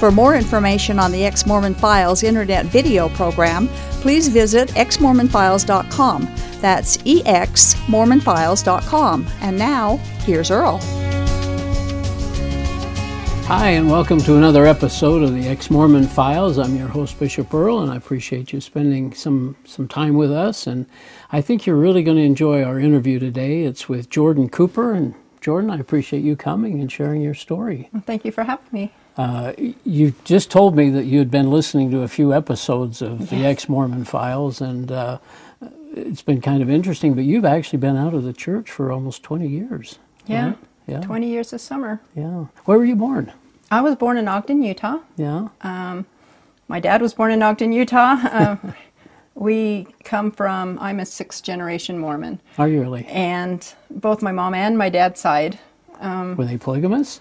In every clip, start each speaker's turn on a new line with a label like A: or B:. A: For more information on the Ex Mormon Files internet video program, please visit exmormonfiles.com. That's E exmormonfiles.com. And now, here's Earl.
B: Hi, and welcome to another episode of the Ex Mormon Files. I'm your host, Bishop Earl, and I appreciate you spending some, some time with us. And I think you're really going to enjoy our interview today. It's with Jordan Cooper. And Jordan, I appreciate you coming and sharing your story.
C: Thank you for having me.
B: Uh, you just told me that you had been listening to a few episodes of the Ex Mormon Files, and uh, it's been kind of interesting, but you've actually been out of the church for almost 20 years.
C: Yeah.
B: right? Mm-hmm. Yeah.
C: 20 years this summer.
B: Yeah. Where were you born?
C: I was born in Ogden, Utah.
B: Yeah.
C: My dad was born in Ogden, Utah. Uh, we come from, I'm a sixth generation Mormon.
B: Are you really?
C: And both my mom and my dad's side. Mm.
B: Were they polygamous?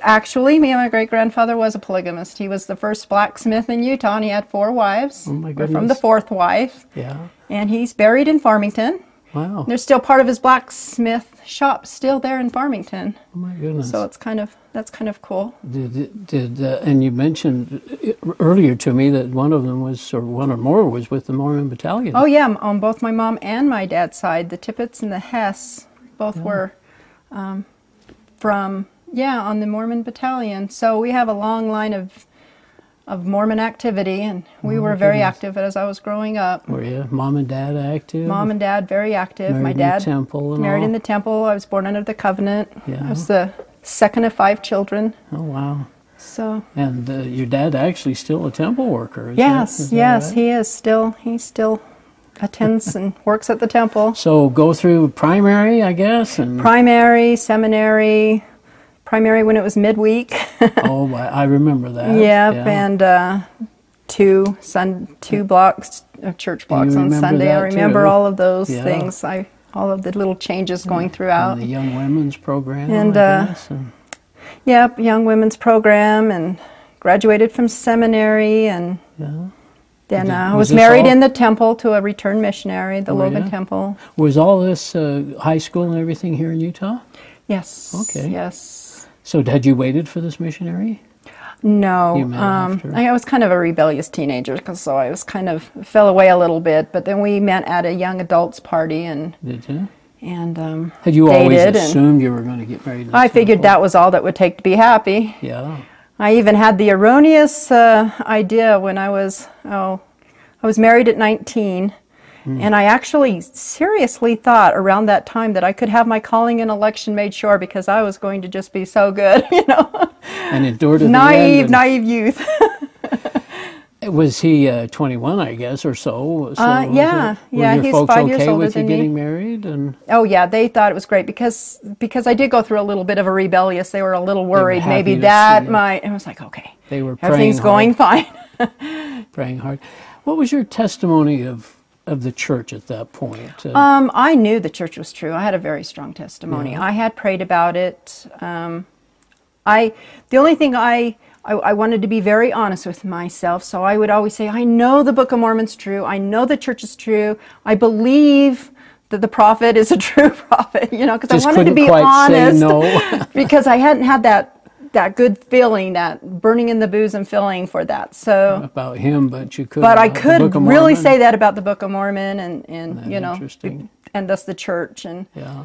C: Actually, me and my great grandfather was a polygamist. He was the first blacksmith in Utah and he had four wives.
B: Oh, my
C: We're from the
B: goodness.
C: fourth wife.
B: Yeah.
C: And he's buried in Farmington.
B: Wow. Oh
C: There's still part of his blacksmith shop still there in Farmington.
B: oh my goodness.
C: So it's kind of, that's kind of cool.
B: did did uh, and you mentioned i- earlier to me that one of them was or one or more was with the Mormon Battalion.
C: Oh yeah, m- on both my mom and my dad's side, the Tippets and the Hess both were um, from yeah on the Mormon Battalion. So we have a long line of of Mormon activity, and
B: Oh,
C: we were very active as I was growing up.
B: Were you mom and dad active?
C: Mom and dad very active.
B: Married
C: my
B: in the
C: dad
B: temple and
C: married
B: all.
C: in the temple. I was born under the covenant.
B: Yeah.
C: I was the second of five children.
B: oh wow.
C: So
B: And uh, your dad actually still a temple worker. Is
C: yes,
B: that- is that
C: yes,
B: right?
C: he is still he still attends and works at the temple.
B: So go through primary, I guess, and
C: primary, seminary, primary when it was midweek. yep,
B: oh, I I remember that.
C: and uh, two sun two blocks, uh, church blocks on
B: remember
C: Sunday. I
B: that
C: remember
B: too?
C: all of those
B: Yeah.
C: things. I all of the little changes going
B: And
C: throughout.
B: the young women's program.
C: uh, And,
B: I
C: uh,
B: guess, and-
C: Yep, young women's program and graduated from seminary and.
B: yeah.
C: Then
B: Did-
C: uh, I
B: was
C: was
B: this
C: married
B: all-
C: in the temple to a returned missionary, the
B: Oh,
C: Logan
B: yeah?
C: Temple.
B: Was all this uh, high school and everything here in Utah?
C: Yes.
B: Okay.
C: Yes.
B: So had you waited for this missionary?
C: No,
B: You met
C: um,
B: after.
C: I, I was kind of a rebellious teenager, 'cause so I was kind of fell away a little bit. But then we met at a young adults party, and
B: Did you?
C: and um,
B: Had you always
C: dated, and
B: assumed you were going to get married? in
C: I
B: this
C: figured that was all that would take to be happy.
B: one? Yeah.
C: I even had the erroneous uh, idea when I was oh, I was married at 19,
B: Hmm.
C: and I actually seriously thought around that time that I could have my calling and election made sure because I was going to just be so good, you know,
B: And endured to
C: naive,
B: the end.
C: naive youth.
B: and- Was he uh, 21, I guess, or so? so
C: Uh,
B: was
C: yeah,
B: it-
C: yeah,
B: Were your
C: he's
B: folks
C: five
B: okay
C: years older
B: with you
C: than me.
B: getting married? And
C: Oh yeah, they thought it was great because because I did go through a little bit of a rebellious. They were a little worried
B: happy
C: maybe
B: to
C: that
B: see it.
C: might. I was like, okay,
B: they were praying
C: everything's
B: hard,
C: going fine.
B: praying hard. What was your testimony of of the church at that point? Uh,
C: Um, I knew the church was true. I had a very strong testimony. I had prayed about it. Um, I the only thing I, I I wanted to be very honest with myself, so I would always say, I know the Book of Mormon's true. I know the church is true. I believe that the prophet is a true prophet. You know, because
B: just
C: I wanted to
B: couldn't
C: be
B: quite
C: honest.
B: say no.
C: because I hadn't had that that good feeling, that burning in the bosom feeling for that. So,
B: about him, but you could.
C: but I
B: about the Book
C: could
B: of
C: really
B: Mormon.
C: say that about the Book of Mormon and and you know,
B: Interesting.
C: and thus the church and
B: Yeah.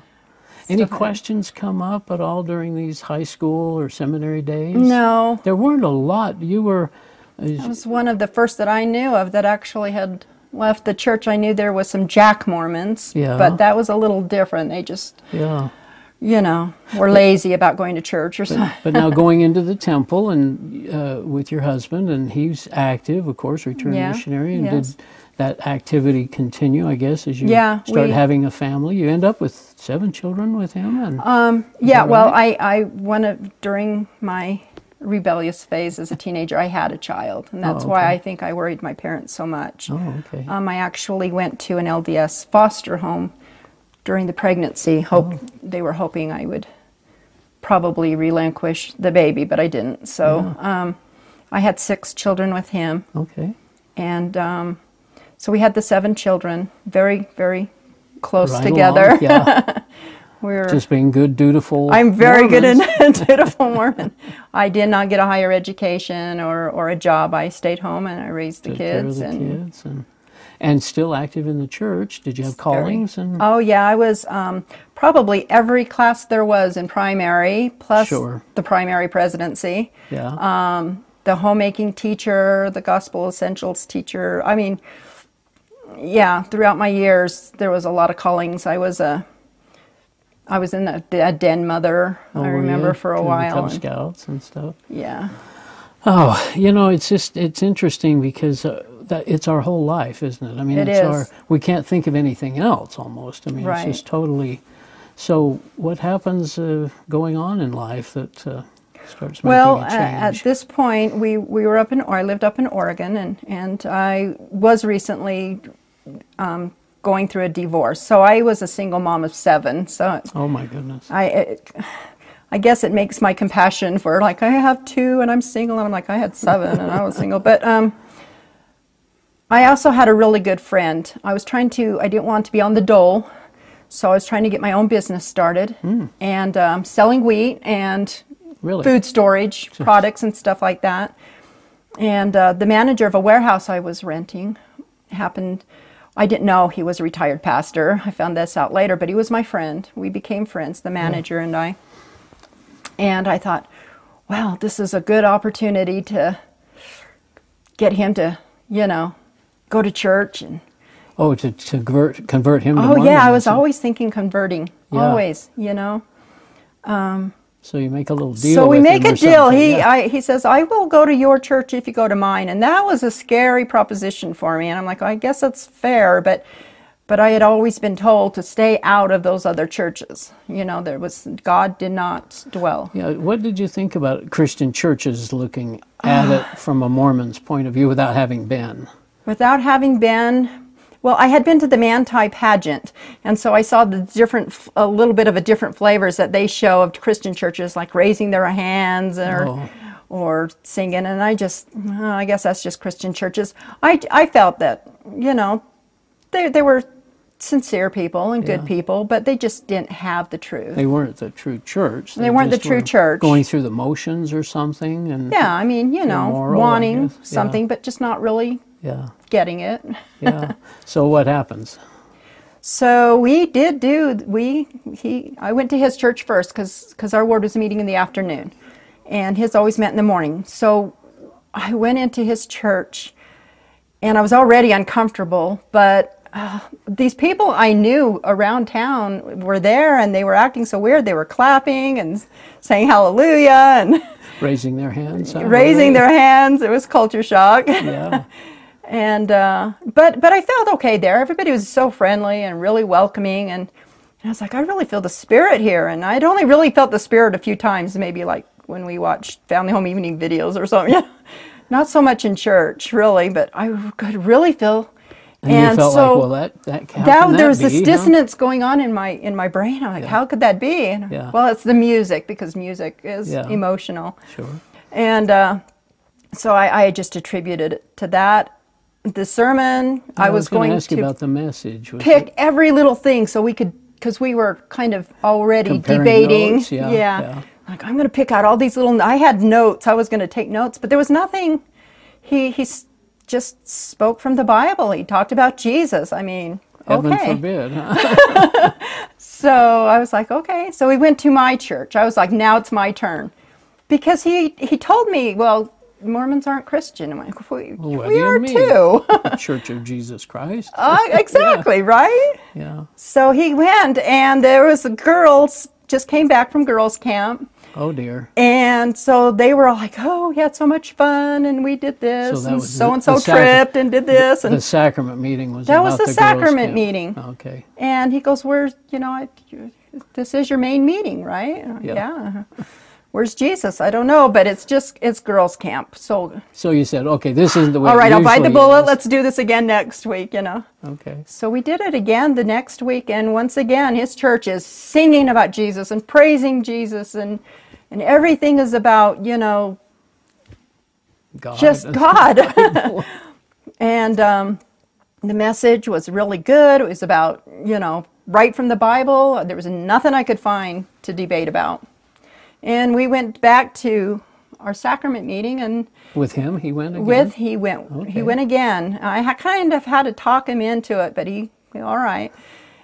B: Any questions come up at all during these high school or seminary days?
C: no,
B: There weren't a lot. You were.
C: it was one of the first that I knew of that actually had left the church. I knew there was some Jack Mormons,
B: Yeah.
C: but that was a little different. They just
B: Yeah.
C: you know were lazy about going to church or something.
B: But now going into the temple and uh, with your husband, and he's active, of course, returned
C: Yeah,
B: missionary. And
C: yes.
B: did that activity continue? I guess as you
C: Yeah,
B: start
C: we-
B: having a family, you end up with seven children with him, and
C: Uh, Yeah, well, I, I one of during my rebellious phase as a teenager, I had a child, and that's why
B: Oh, okay.
C: I think I worried my parents so much.
B: oh, okay,
C: Um, I actually went to an LDS foster home during the pregnancy. Hope
B: Oh.
C: they were hoping I would probably relinquish the baby, but I didn't. So um, I had six children with him,
B: Okay.
C: and um, so we had the seven children, very very close
B: Right
C: together.
B: along, Yeah.
C: we were
B: Just being good, dutiful.
C: I'm very good
B: Mormons.
C: and dutiful Mormon. I did not get a higher education or, or a job. I stayed home and I raised the
B: Took care of
C: kids
B: the
C: and
B: kids and and still active in the church. Did you have callings and
C: Oh yeah, I was um, probably every class there was in primary plus
B: Sure.
C: the primary presidency,
B: yeah?
C: the homemaking teacher, the gospel essentials teacher. I mean, yeah, throughout my years there was a lot of callings. I was a I was in a, a den mother.
B: Oh,
C: I
B: were
C: remember
B: you?
C: for a
B: To the
C: while.
B: Cub
C: and-
B: Scouts and stuff.
C: yeah.
B: Oh, you know, it's just it's interesting because uh, that it's our whole life, isn't it? I mean,
C: It
B: it's
C: is.
B: our we can't think of anything else almost. I mean,
C: Right.
B: it's just totally. So, what happens uh, going on in life that uh, starts making
C: Well,
B: a
C: a- at
B: change?
C: this point, we, we were up in, or I lived up in Oregon, and, and I was recently um, going through a divorce. So I was a single mom of seven. So
B: oh my goodness!
C: I, it, I guess it makes my compassion for like I have two and I'm single, and I'm like I had seven and I was single. But um, I also had a really good friend. I was trying to, I didn't want to be on the dole, so I was trying to get my own business started and um, selling wheat and
B: Really?
C: food storage products and stuff like that. And uh, the manager of a warehouse I was renting happened. I didn't know he was a retired pastor. I found this out later, but he was my friend. We became friends, the manager and I. And I thought, wow, this is a good opportunity to get him to, you know, go to church and
B: Oh, to, to convert convert him. to
C: oh yeah, I was
B: Mormonism.
C: always thinking converting,
B: Yeah.
C: always, you know.
B: So you make a little deal.
C: so we
B: with
C: make
B: him
C: a
B: or
C: deal.
B: something,
C: He
B: yeah.
C: I, he says, "I will go to your church if you go to mine," and that was a scary proposition for me. And I'm like, "I guess that's fair," but but I had always been told to stay out of those other churches. You know, there was God did not dwell.
B: Yeah, what did you think about Christian churches looking at it from a Mormon's point of view without having been?
C: Without having been, well, I had been to the Manti pageant, and so I saw the different, f- a little bit of a different flavors that they show of Christian churches, like raising their hands or,
B: Oh.
C: or singing, and I just, uh, I guess that's just Christian churches. I, I felt that, you know, they, they were sincere people and good
B: Yeah.
C: people, but they just didn't have the truth.
B: They weren't the true church.
C: They weren't the
B: just
C: true
B: were
C: church.
B: Going through the motions or something, and
C: yeah, I mean, you know,
B: Immoral, I
C: wanting
B: guess. Yeah.
C: something, but just not really
B: yeah,
C: getting it.
B: yeah. so what happens?
C: So we did do we he I went to his church first because our ward was meeting in the afternoon, and his always met in the morning. So I went into his church, and I was already uncomfortable, but. Uh, these people I knew around town were there and they were acting so weird. They were clapping and saying hallelujah and
B: Raising their hands, huh?
C: raising their hands. It was culture shock
B: yeah,
C: and uh, but but I felt okay there. Everybody was so friendly and really welcoming, and, and I was like, I really feel the spirit here. And I'd only really felt the spirit a few times, maybe like when we watched family home evening videos or something. Not so much in church, really, but I could really feel.
B: and, you felt like, well, that that how
C: Now
B: can
C: there was this
B: be, huh?
C: dissonance going on in my in my brain. I'm like, how could that be? And,
B: Yeah.
C: Well, it's the music because music is
B: Yeah.
C: emotional.
B: Sure.
C: And uh, so I, I just attributed it to that. The sermon, I,
B: I
C: was,
B: gonna
C: going
B: ask you
C: to
B: about the message. Was
C: pick every little thing so we could, because we were kind of already
B: Comparing
C: debating.
B: notes, yeah, yeah.
C: Like, I'm going to pick out all these little, I had notes, I was going to take notes, but there was nothing. He, he s- just spoke from the Bible. He talked about Jesus. I mean,
B: Heaven
C: okay.
B: forbid. huh?
C: So I was like, okay. So we went to my church. I was like, now it's my turn, because he he told me, well, Mormons aren't Christian. I'm like, we,
B: What do
C: we
B: you
C: are
B: mean?
C: too.
B: The Church of Jesus Christ.
C: uh, exactly right.
B: yeah.
C: So he went, and there was a girls just came back from girls camp,
B: Oh dear.
C: and so they were all like, oh, we had so much fun, and we did this,
B: that
C: and
B: was the-
C: so and so
B: the sacri-
C: tripped and did this, and
B: The sacrament meeting was
C: That was
B: about
C: the
B: girls'
C: sacrament
B: camp.
C: meeting.
B: Okay.
C: And he goes, "Where's you know, I, you- this is your main meeting, right?" And I'm,
B: Yeah.
C: Yeah. uh-huh. where's Jesus? I don't know, but it's just it's girls' camp. So
B: So you said, okay, this is the way.
C: all right, I'll buy the
B: usually
C: bullet.
B: is.
C: Let's do this again next week. You know.
B: Okay.
C: So we did it again the next week, and once again, his church is singing about Jesus and praising Jesus, and and everything is about you know
B: God.
C: just God. and um, the message was really good. It was about, you know, right from the Bible. There was nothing I could find to debate about. And we went back to our sacrament meeting and
B: With him, he went again.
C: with he went
B: Okay.
C: he went again. I ha- kind of had to talk him into it, but he all right.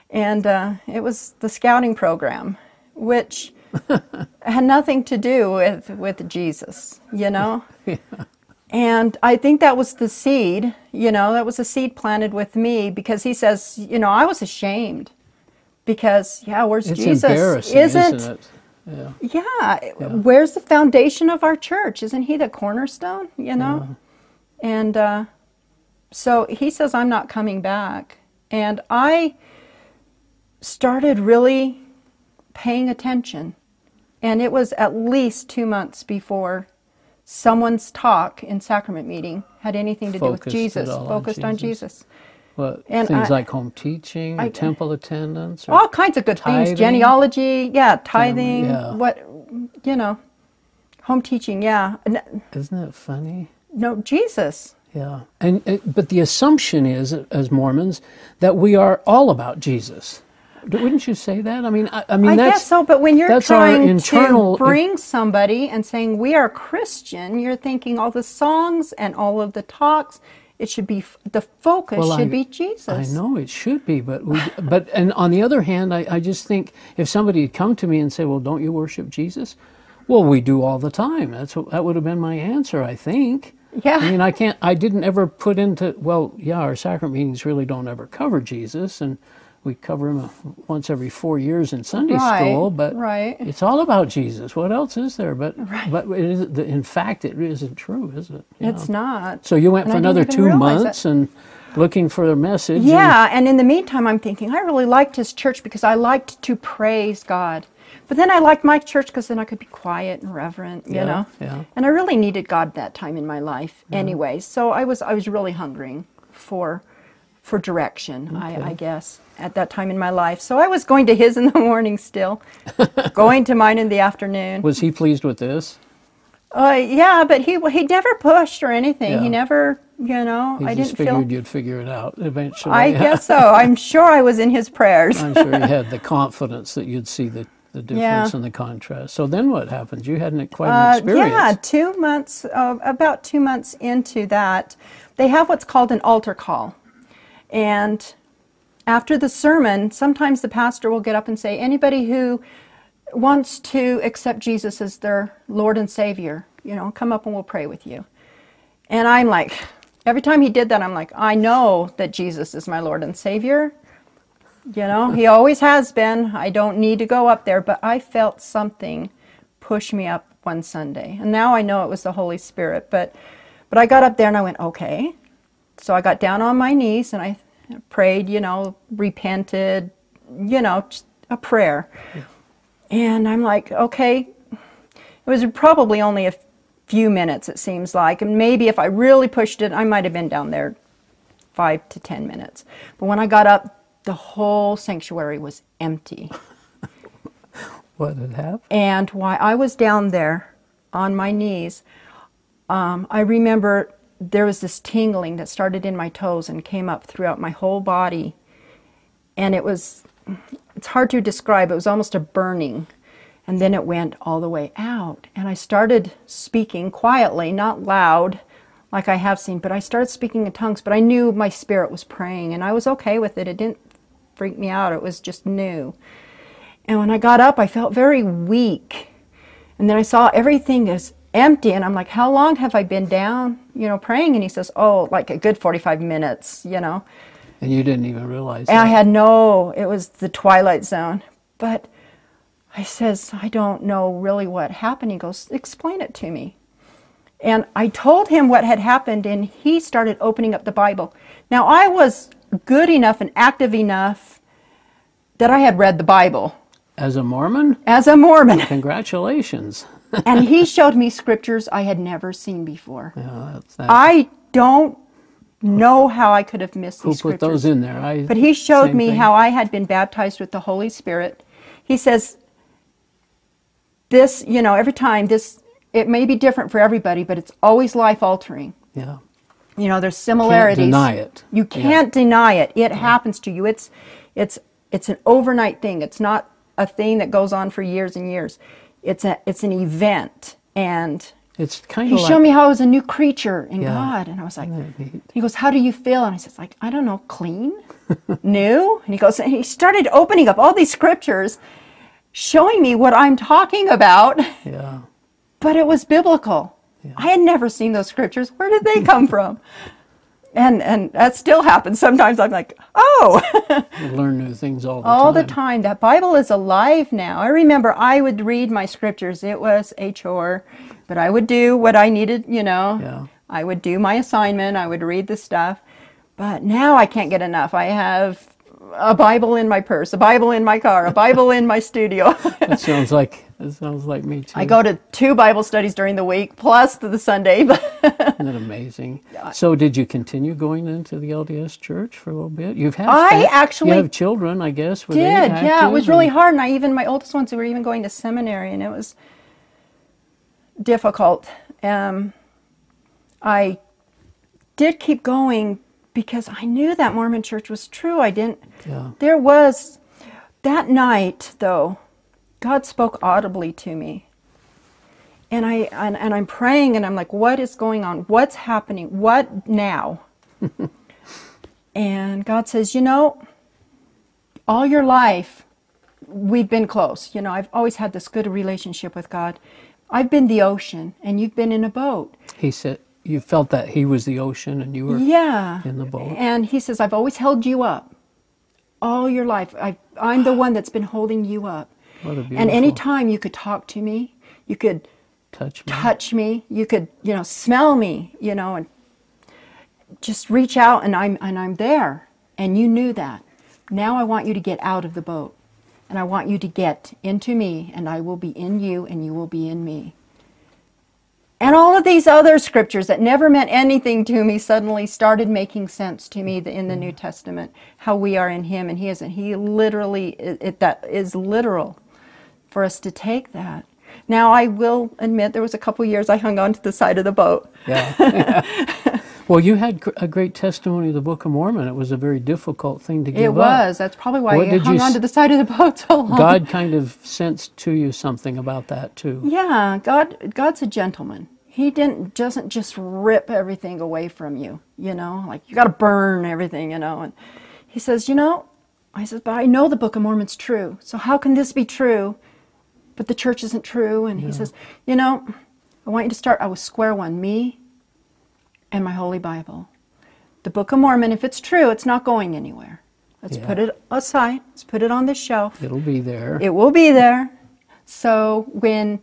C: And uh, it was the scouting program, which had nothing to do with with Jesus, you know. And I think that was the seed, you know, that was a seed planted with me because he says, you know, I was ashamed because yeah, where's
B: It's
C: Jesus?
B: embarrassing, isn't, it?
C: Yeah. Where's the foundation of our church? Isn't he the cornerstone? You know? And uh, so he says, I'm not coming back. And I started really paying attention. And it was at least two months before someone's talk in sacrament meeting had anything to do with
B: Focused it
C: Jesus,
B: all on
C: focused on
B: Jesus.
C: Jesus.
B: Well,
C: And
B: things
C: I-
B: like home teaching, or
C: I-
B: temple attendance, or
C: all kinds of good
B: Tithing.
C: things genealogy yeah tithing
B: yeah.
C: what you know home teaching yeah N-
B: isn't it funny?
C: no jesus
B: Yeah, and it, but the assumption is, as Mormons, that we are all about Jesus. D- Wouldn't you say that? I mean, I, I mean
C: i
B: that's
C: guess so but when you're
B: that's our
C: trying
B: internal-
C: to bring somebody and saying we are christian you're thinking all the songs and all of the talks it should be f- the focus
B: Well,
C: should
B: I-
C: be jesus
B: I know it should be, but we, but and on the other hand, I, I just think if somebody had come to me and say, "Well, don't you worship Jesus?" Well, we do all the time. That's what, that would have been my answer, I think.
C: Yeah.
B: I mean, I can't. I didn't ever put into well, yeah, our sacrament meetings really don't ever cover Jesus, and we cover him uh, once every four years in Sunday
C: Right,
B: school. But
C: right.
B: it's all about Jesus. What else is there? But but it is, the- in fact, it isn't true, is it? Yeah.
C: it's not
B: So you went
C: And
B: for
C: I didn't
B: another
C: even
B: two
C: realize it.
B: months and looking for a message. and-
C: Yeah, and in the meantime, I'm thinking I really liked his church because I liked to praise God. But then I liked my church because then I could be quiet and reverent, you
B: Yeah,
C: know.
B: yeah.
C: And I really needed God that time in my life, anyway. So I was I was really hungering for for direction, I, I guess, at that time in my life. So I was going to his in the morning still, going to mine in the afternoon.
B: Was he pleased with this?
C: Uh, yeah, but he he never pushed or anything.
B: Yeah.
C: He never, you know,
B: He
C: I
B: just
C: didn't
B: figured
C: feel.
B: you'd figure it out eventually.
C: I guess so. I'm sure I was in his prayers.
B: I'm sure he had the confidence that you'd see the, the difference
C: Yeah.
B: and the contrast. So then what happened? You hadn't quite an
C: Uh,
B: experience.
C: Yeah, two months, uh, about two months into that, they have what's called an altar call. And after the sermon, sometimes the pastor will get up and say, anybody who wants to accept Jesus as their Lord and Savior, you know, come up and we'll pray with you. And I'm like, every time he did that, I'm like, I know that Jesus is my Lord and Savior. You know, he always has been. I don't need to go up there, but I felt something push me up one Sunday. And now I know it was the Holy Spirit, but but I got up there and I went, "Okay." So I got down on my knees and I prayed, you know, repented, you know, just a prayer. And I'm like, "Okay." It was probably only a few minutes it seems like, and maybe if I really pushed it, I might have been down there five to ten minutes. But when I got up, the whole sanctuary was empty.
B: What had happened?
C: And while I was down there on my knees, um, I remember there was this tingling that started in my toes and came up throughout my whole body. And it was, it's hard to describe, it was almost a burning. And then it went all the way out. And I started speaking quietly, not loud like I have seen, but I started speaking in tongues. But I knew my spirit was praying and I was okay with it. It didn't freak me out, it was just new. And when I got up, I felt very weak. And then I saw everything is empty. And I'm like, how long have I been down, you know, praying? And he says, oh, like a good 45 minutes, you know.
B: And you didn't even realize
C: And I
B: that.
C: had no, it was the twilight zone. But I says, I don't know really what happened. He goes, explain it to me. And I told him what had happened, and he started opening up the Bible. Now, I was good enough and active enough that I had read the Bible
B: As a Mormon,
C: as a Mormon.
B: congratulations. Uh,
C: and he showed me scriptures I had never seen before.
B: Yeah, that's that.
C: I don't know how I could have missed
B: Who
C: these
B: put
C: scriptures.
B: those in there? I,
C: But he showed
B: same
C: me
B: thing.
C: how I had been baptized with the Holy Spirit. He says, This, you know, every time, this, it may be different for everybody, but it's always life altering.
B: Yeah.
C: You know, there's similarities.
B: deny it.
C: You
B: Yeah.
C: can't deny it. It happens to you. It's, it's, it's an overnight thing. It's not a thing that goes on for years and years. It's a, it's an event. And
B: It's kind
C: he
B: of like.
C: showed me how I was a new creature in
B: Yeah.
C: God. And I was like,
B: neat?
C: he goes, how do you feel? And I says, like, I don't know, clean, new. And he goes, and he started opening up all these scriptures, showing me what I'm talking about,
B: Yeah.
C: but it was biblical. I had never seen those scriptures. Where did they come from? And and that still happens. Sometimes I'm like, oh,
B: You learn new things all the
C: all
B: time.
C: the time. That Bible is alive now. I remember I would read my scriptures. It was a chore, but I would do what I needed, you know.
B: Yeah.
C: I would do my assignment, I would read the stuff. But now I can't get enough. I have a Bible in my purse, a Bible in my car, a Bible in my studio.
B: That sounds like that sounds like me too.
C: I go to two Bible studies during the week plus the Sunday. But
B: Isn't that amazing? So, did you continue going into the LDS church for a little bit? You've had
C: I
B: fam-
C: actually
B: you have children, I guess. Were
C: did.
B: they
C: Yeah, it
B: active
C: was really
B: and-
C: hard. And I even, my oldest ones who were even going to seminary, and it was difficult. Um, I did keep going because I knew that Mormon church was true. I didn't,
B: Yeah.
C: there was, that night though, God spoke audibly to me. And I and, and I'm praying and I'm like, what is going on? What's happening? What now? and God says, you know, all your life we've been close. You know, I've always had this good relationship with God. I've been the ocean and you've been in a boat.
B: He said you felt that he was the ocean, and you were.
C: yeah.
B: in the boat.
C: And he says, I've always held you up all your life. I, I'm the one that's been holding you up.
B: What a
C: And
B: beautiful-
C: anytime you could talk to me, you could
B: Touch me.
C: touch me, you could, you know, smell me, you know, and just reach out and I'm and I'm there. And you knew that. Now I want you to get out of the boat. And I want you to get into me and I will be in you and you will be in me. And all of these other scriptures that never meant anything to me suddenly started making sense to me in the New Testament, how we are in Him and He isn't. He literally, it, it- that is literal for us to take that. Now, I will admit there was a couple years I hung on to the side of the boat.
B: Yeah. well, you had gr- a great testimony of the Book of Mormon. It was a very difficult thing to give
C: It
B: up.
C: was. That's probably why
B: What
C: I
B: did you
C: hung on
B: s-
C: to the side of the boat so long.
B: God kind of sensed to you something about that too.
C: Yeah, God God's a gentleman. He didn't doesn't just rip everything away from you, you know, like you gotta burn everything, you know. And he says, you know, I says, but I know the Book of Mormon's true. So how can this be true? But the church isn't true. And he says, you know, I want you to start I was square one, me and my holy Bible. The Book of Mormon, if it's true, it's not going anywhere. Let's
B: Yeah.
C: put it aside, let's put it on the shelf.
B: It'll be there.
C: It will be there. So when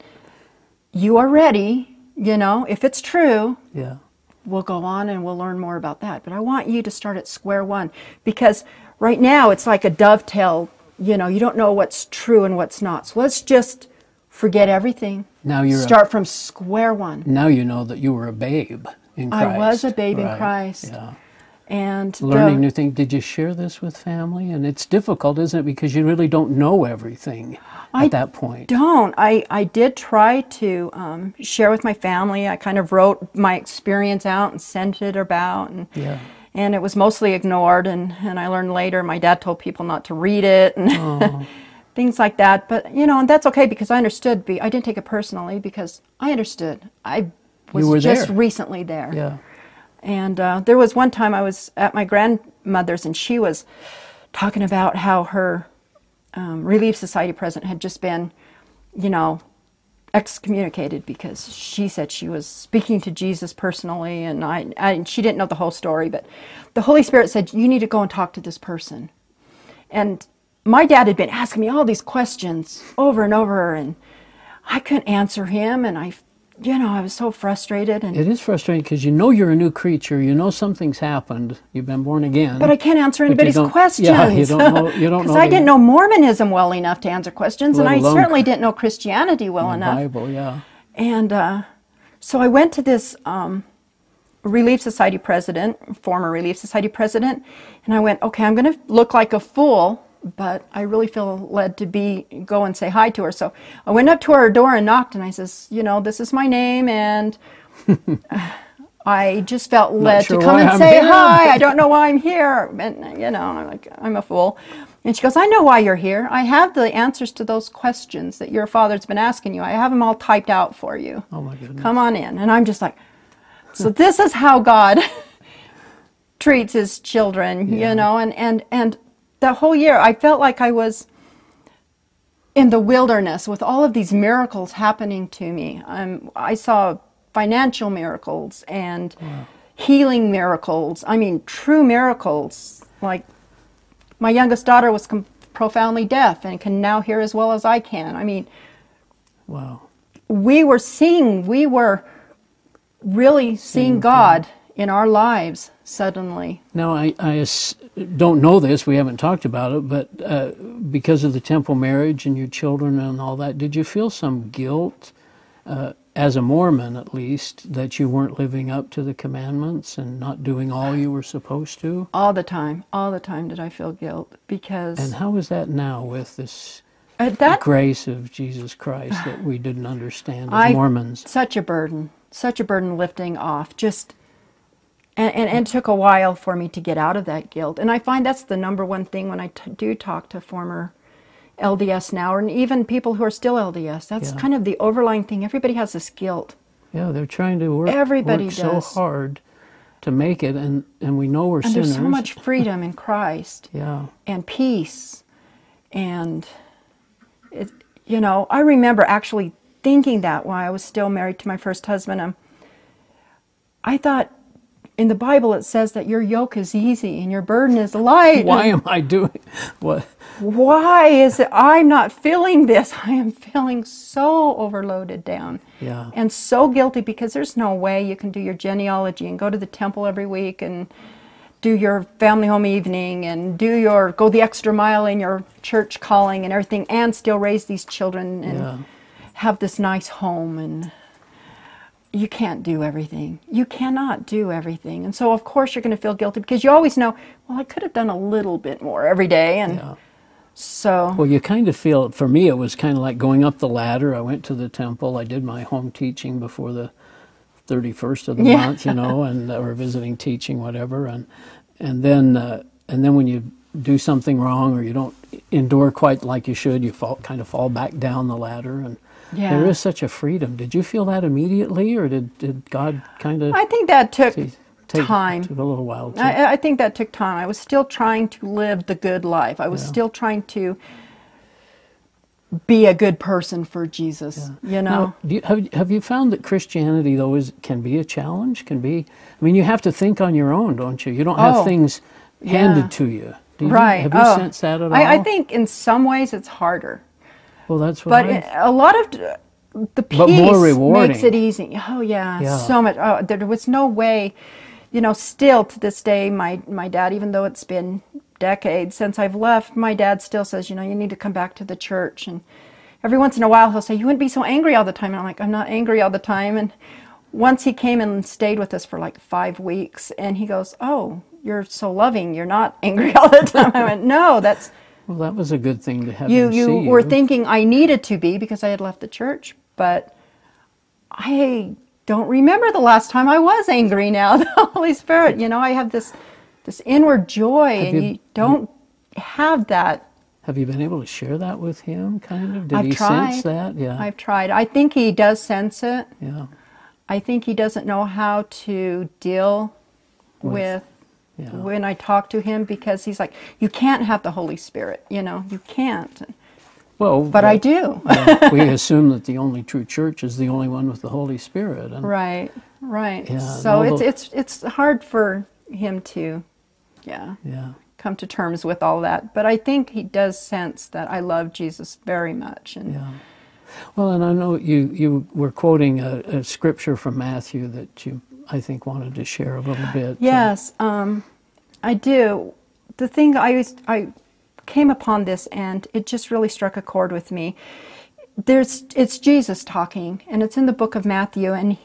C: you are ready, you know, if it's true,
B: yeah.
C: we'll go on and we'll learn more about that. But I want you to start at square one because right now it's like a dovetail, you know, you don't know what's true and what's not. So let's just forget everything.
B: Now you're a-
C: start from square one.
B: Now you know that you were a babe in Christ.
C: I was a babe in
B: Right.
C: Christ.
B: Yeah.
C: And uh, the-
B: learning new things. Did you share this with family? And it's difficult, isn't it? Because you really don't know everything
C: I
B: at that point.
C: don't. I, I did try to um, share with my family. I kind of wrote my experience out and sent it about. And,
B: Yeah.
C: and it was mostly ignored. And, and I learned later my dad told people not to read it and
B: Oh.
C: things like that. But, you know, and that's okay because I understood. Be, I didn't take it personally because I understood. I was
B: were
C: just
B: there.
C: recently there.
B: Yeah.
C: And uh, there was one time I was at my grandmother's, and she was talking about how her um, Relief Society president had just been, you know, excommunicated because she said she was speaking to Jesus personally, and I, I she didn't know the whole story, but the Holy Spirit said you need to go and talk to this person. And my dad had been asking me all these questions over and over, and I couldn't answer him, and I, you know, I was so frustrated and.
B: It is frustrating because you know you're a new creature. You know something's happened. You've been born again.
C: But I can't answer
B: But you
C: anybody's
B: don't-
C: questions.
B: Yeah, you don't know. You don't know.
C: Because I
B: the
C: didn't know Mormonism well enough to answer questions, and
B: Let
C: I
B: alone
C: certainly
B: cr-
C: didn't know Christianity well enough.
B: Bible. Yeah.
C: And uh, so I went to this um, Relief Society president, former Relief Society president, and I went, okay, I'm going to look like a fool, but I really feel led to be go and say hi to her. So I went up to her door and knocked, and I says, you know, this is my name, and I just felt led
B: sure
C: to come
B: why
C: and
B: I'm
C: say
B: here.
C: hi. I don't know why I'm here, and you know, I'm like, I'm a fool. And she goes, I know why you're here. I have the answers to those questions that your father's been asking you. I have them all typed out for you.
B: Oh my goodness.
C: Come on in. And I'm just like, so this is how God treats his children,
B: Yeah.
C: you know, and, and, and the whole year I felt like I was in the wilderness with all of these miracles happening to me. Um, I saw financial miracles and healing miracles. I mean, true miracles. Like my youngest daughter was com- profoundly deaf and can now hear as well as I can. I mean,
B: Wow.
C: we were seeing, we were really seeing God in our lives suddenly.
B: Now, I, I ass- don't know this, we haven't talked about it, but uh, because of the temple marriage and your children and all that, did you feel some guilt, uh, as a Mormon at least, that you weren't living up to the commandments and not doing all you were supposed to?
C: All the time, all the time did I feel guilt because
B: And how is that now with this
C: at that
B: grace of Jesus Christ that we didn't understand as
C: I-
B: Mormons?
C: such a burden, such a burden lifting off. Just and, and, and it took a while for me to get out of that guilt. And I find that's the number one thing when I t- do talk to former LDS now, and even people who are still LDS. That's
B: Yeah.
C: kind of the overlying thing. Everybody has this guilt.
B: Yeah, they're trying to work,
C: Everybody
B: work so
C: does.
B: hard to make it, and, and we know we're
C: And
B: sinners.
C: there's so much freedom in Christ.
B: yeah.
C: and peace and it, you know i remember actually thinking that while i was still married to my first husband um, i thought in the bible it says that your yoke is easy and your burden is light
B: Why am I doing what?
C: why is it i'm not feeling this i am feeling so overloaded down
B: Yeah.
C: and so guilty because there's no way you can do your genealogy and go to the temple every week and do your family home evening and do your go the extra mile in your church calling and everything and still raise these children and
B: Yeah.
C: have this nice home and you can't do everything. You cannot do everything. And so of course you're going to feel guilty because you always know, well I could have done a little bit more every day and
B: Yeah.
C: so
B: Well, you kind of feel, for me, it was kind of like going up the ladder. I went to the temple. I did my home teaching before the 31st of the
C: Yeah.
B: month, you know, and uh, or visiting teaching, whatever. And, and then, uh, and then when you do something wrong or you don't endure quite like you should, you fall, kind of fall back down the ladder. And there
C: Yeah.
B: is such a freedom. Did you feel that immediately or did, did God kind of
C: I think that took
B: take,
C: time.
B: took a little while to,
C: I, I think that took time. I was still trying to live the good life. I was
B: Yeah.
C: still trying to be a good person for Jesus. You know,
B: Now, do you, have, have you found that Christianity, though, is, can be a challenge? Can be, I mean, you have to think on your own, don't you? You don't have
C: Oh,
B: things handed
C: yeah.
B: to you. Do you
C: right?
B: Have you
C: oh.
B: sensed that at all?
C: I, I think in some ways it's harder,
B: Well, that's what
C: but
B: I,
C: it, a lot of uh, the peace
B: But more rewarding.
C: makes it easy. Oh yeah,
B: Yeah.
C: so much. Oh, there was no way. You know, still to this day, my my dad, even though it's been decades since I've left, my dad still says, you know, you need to come back to the church. And every once in a while, he'll say, you wouldn't be so angry all the time. And I'm like, I'm not angry all the time. And once he came and stayed with us for like five weeks, and he goes, oh, you're so loving. You're not angry all the time. I went, no, that's
B: well, that was a good thing to have
C: you
B: them
C: you
B: see
C: were
B: you.
C: thinking I needed to be because I had left the church, but I don't remember the last time I was angry now. The Holy Spirit, you know, I have this this inward joy and
B: you-
C: you, don't have that.
B: have you been able to share that with him, kind of? Did
C: I've
B: he
C: tried.
B: sense that? Yeah.
C: I've tried. I think he does sense it.
B: yeah.
C: I think he doesn't know how to deal
B: With-
C: with,
B: Yeah.
C: when I talk to him because he's like, you can't have the Holy Spirit, you know, you can't.
B: Well,
C: But I do.
B: yeah, we assume that the only true church is the only one with the Holy Spirit. And
C: Right, right.
B: Yeah,
C: so
B: and all
C: it's
B: the-
C: it's it's hard for him to, yeah,
B: Yeah.
C: come to terms with all that. But I think he does sense that I love Jesus very much, and
B: Yeah. Well, and I know you, you were quoting a, a scripture from Matthew that you, I think, wanted to share a little bit.
C: yes, um, I do. The thing I used, I came upon this, and it just really struck a chord with me. there's it's Jesus talking, and it's in the book of Matthew, and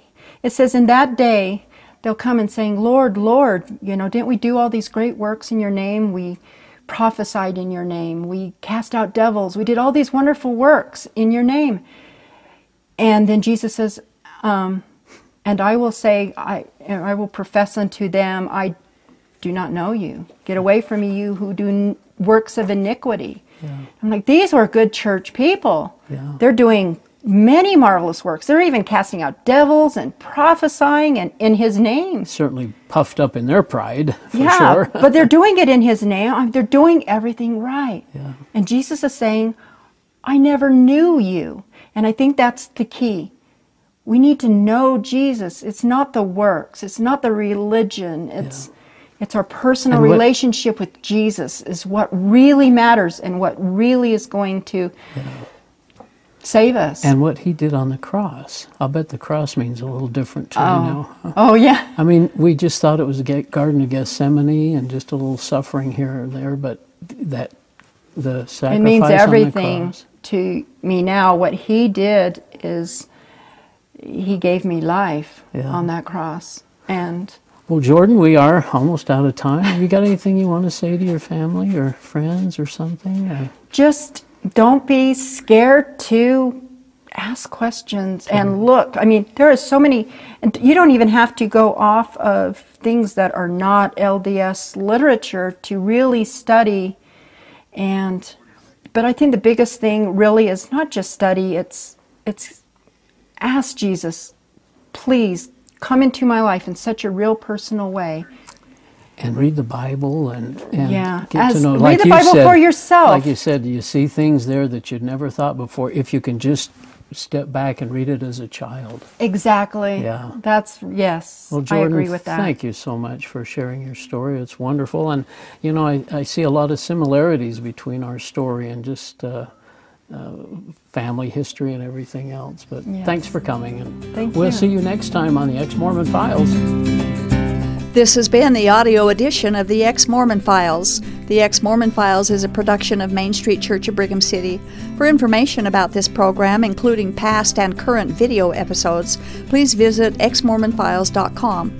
C: it says, "In that day." They'll come and saying, Lord, Lord, you know, didn't we do all these great works in your name? We prophesied in your name. We cast out devils. We did all these wonderful works in your name. And then Jesus says, um, and I will say, I, and I will profess unto them, I do not know you. Get away from me, you who do n- works of iniquity.
B: Yeah.
C: I'm like, these were good church people.
B: Yeah.
C: They're doing many marvelous works. They're even casting out devils and prophesying and in his name.
B: Certainly puffed up in their pride, for
C: yeah,
B: sure.
C: but they're doing it in his name. I- They're doing everything right.
B: Yeah.
C: And Jesus is saying, I never knew you. And I think that's the key. We need to know Jesus. It's not the works, it's not the religion. It's it's our personal
B: And what-
C: relationship with Jesus is what really matters and what really is going to save us.
B: and what he did on the cross. I'll bet the cross means a little different too now.
C: oh yeah.
B: I mean, we just thought it was the Garden of Gethsemane and just a little suffering here or there, but that the sacrifice
C: it means
B: on the
C: everything
B: cross.
C: to me now. What he did is he gave me life
B: Yeah.
C: on that cross. And
B: Well, Jordan, we are almost out of time. Have you got anything you want to say to your family or friends or something? Or-
C: just don't be scared to ask questions
B: Mm-hmm.
C: and look. I mean, there are so many, and you don't even have to go off of things that are not LDS literature to really study. And, but I think the biggest thing really is not just study, it's, it's ask Jesus, please come into my life in such a real personal way.
B: and read the Bible and, and
C: Yeah,
B: get to
C: as-
B: know.
C: read
B: like
C: the
B: you
C: Bible
B: said-
C: for yourself.
B: Like you said, you see things there that you'd never thought before. If you can just step back and read it as a child.
C: Exactly.
B: Yeah.
C: That's, yes.
B: Well, Jordan,
C: I agree with that.
B: Thank you so much for sharing your story. It's wonderful, and you know, I, I see a lot of similarities between our story and just uh, uh, family history and everything else. But
C: Yeah.
B: thanks for coming, and
C: Thank
B: we'll
C: you.
B: see you next time on the Ex Mormon Files.
A: This has been the audio edition of the Ex Mormon Files. The Ex Mormon Files is a production of Main Street Church of Brigham City. For information about this program, including past and current video episodes, please visit exmormonfiles.com.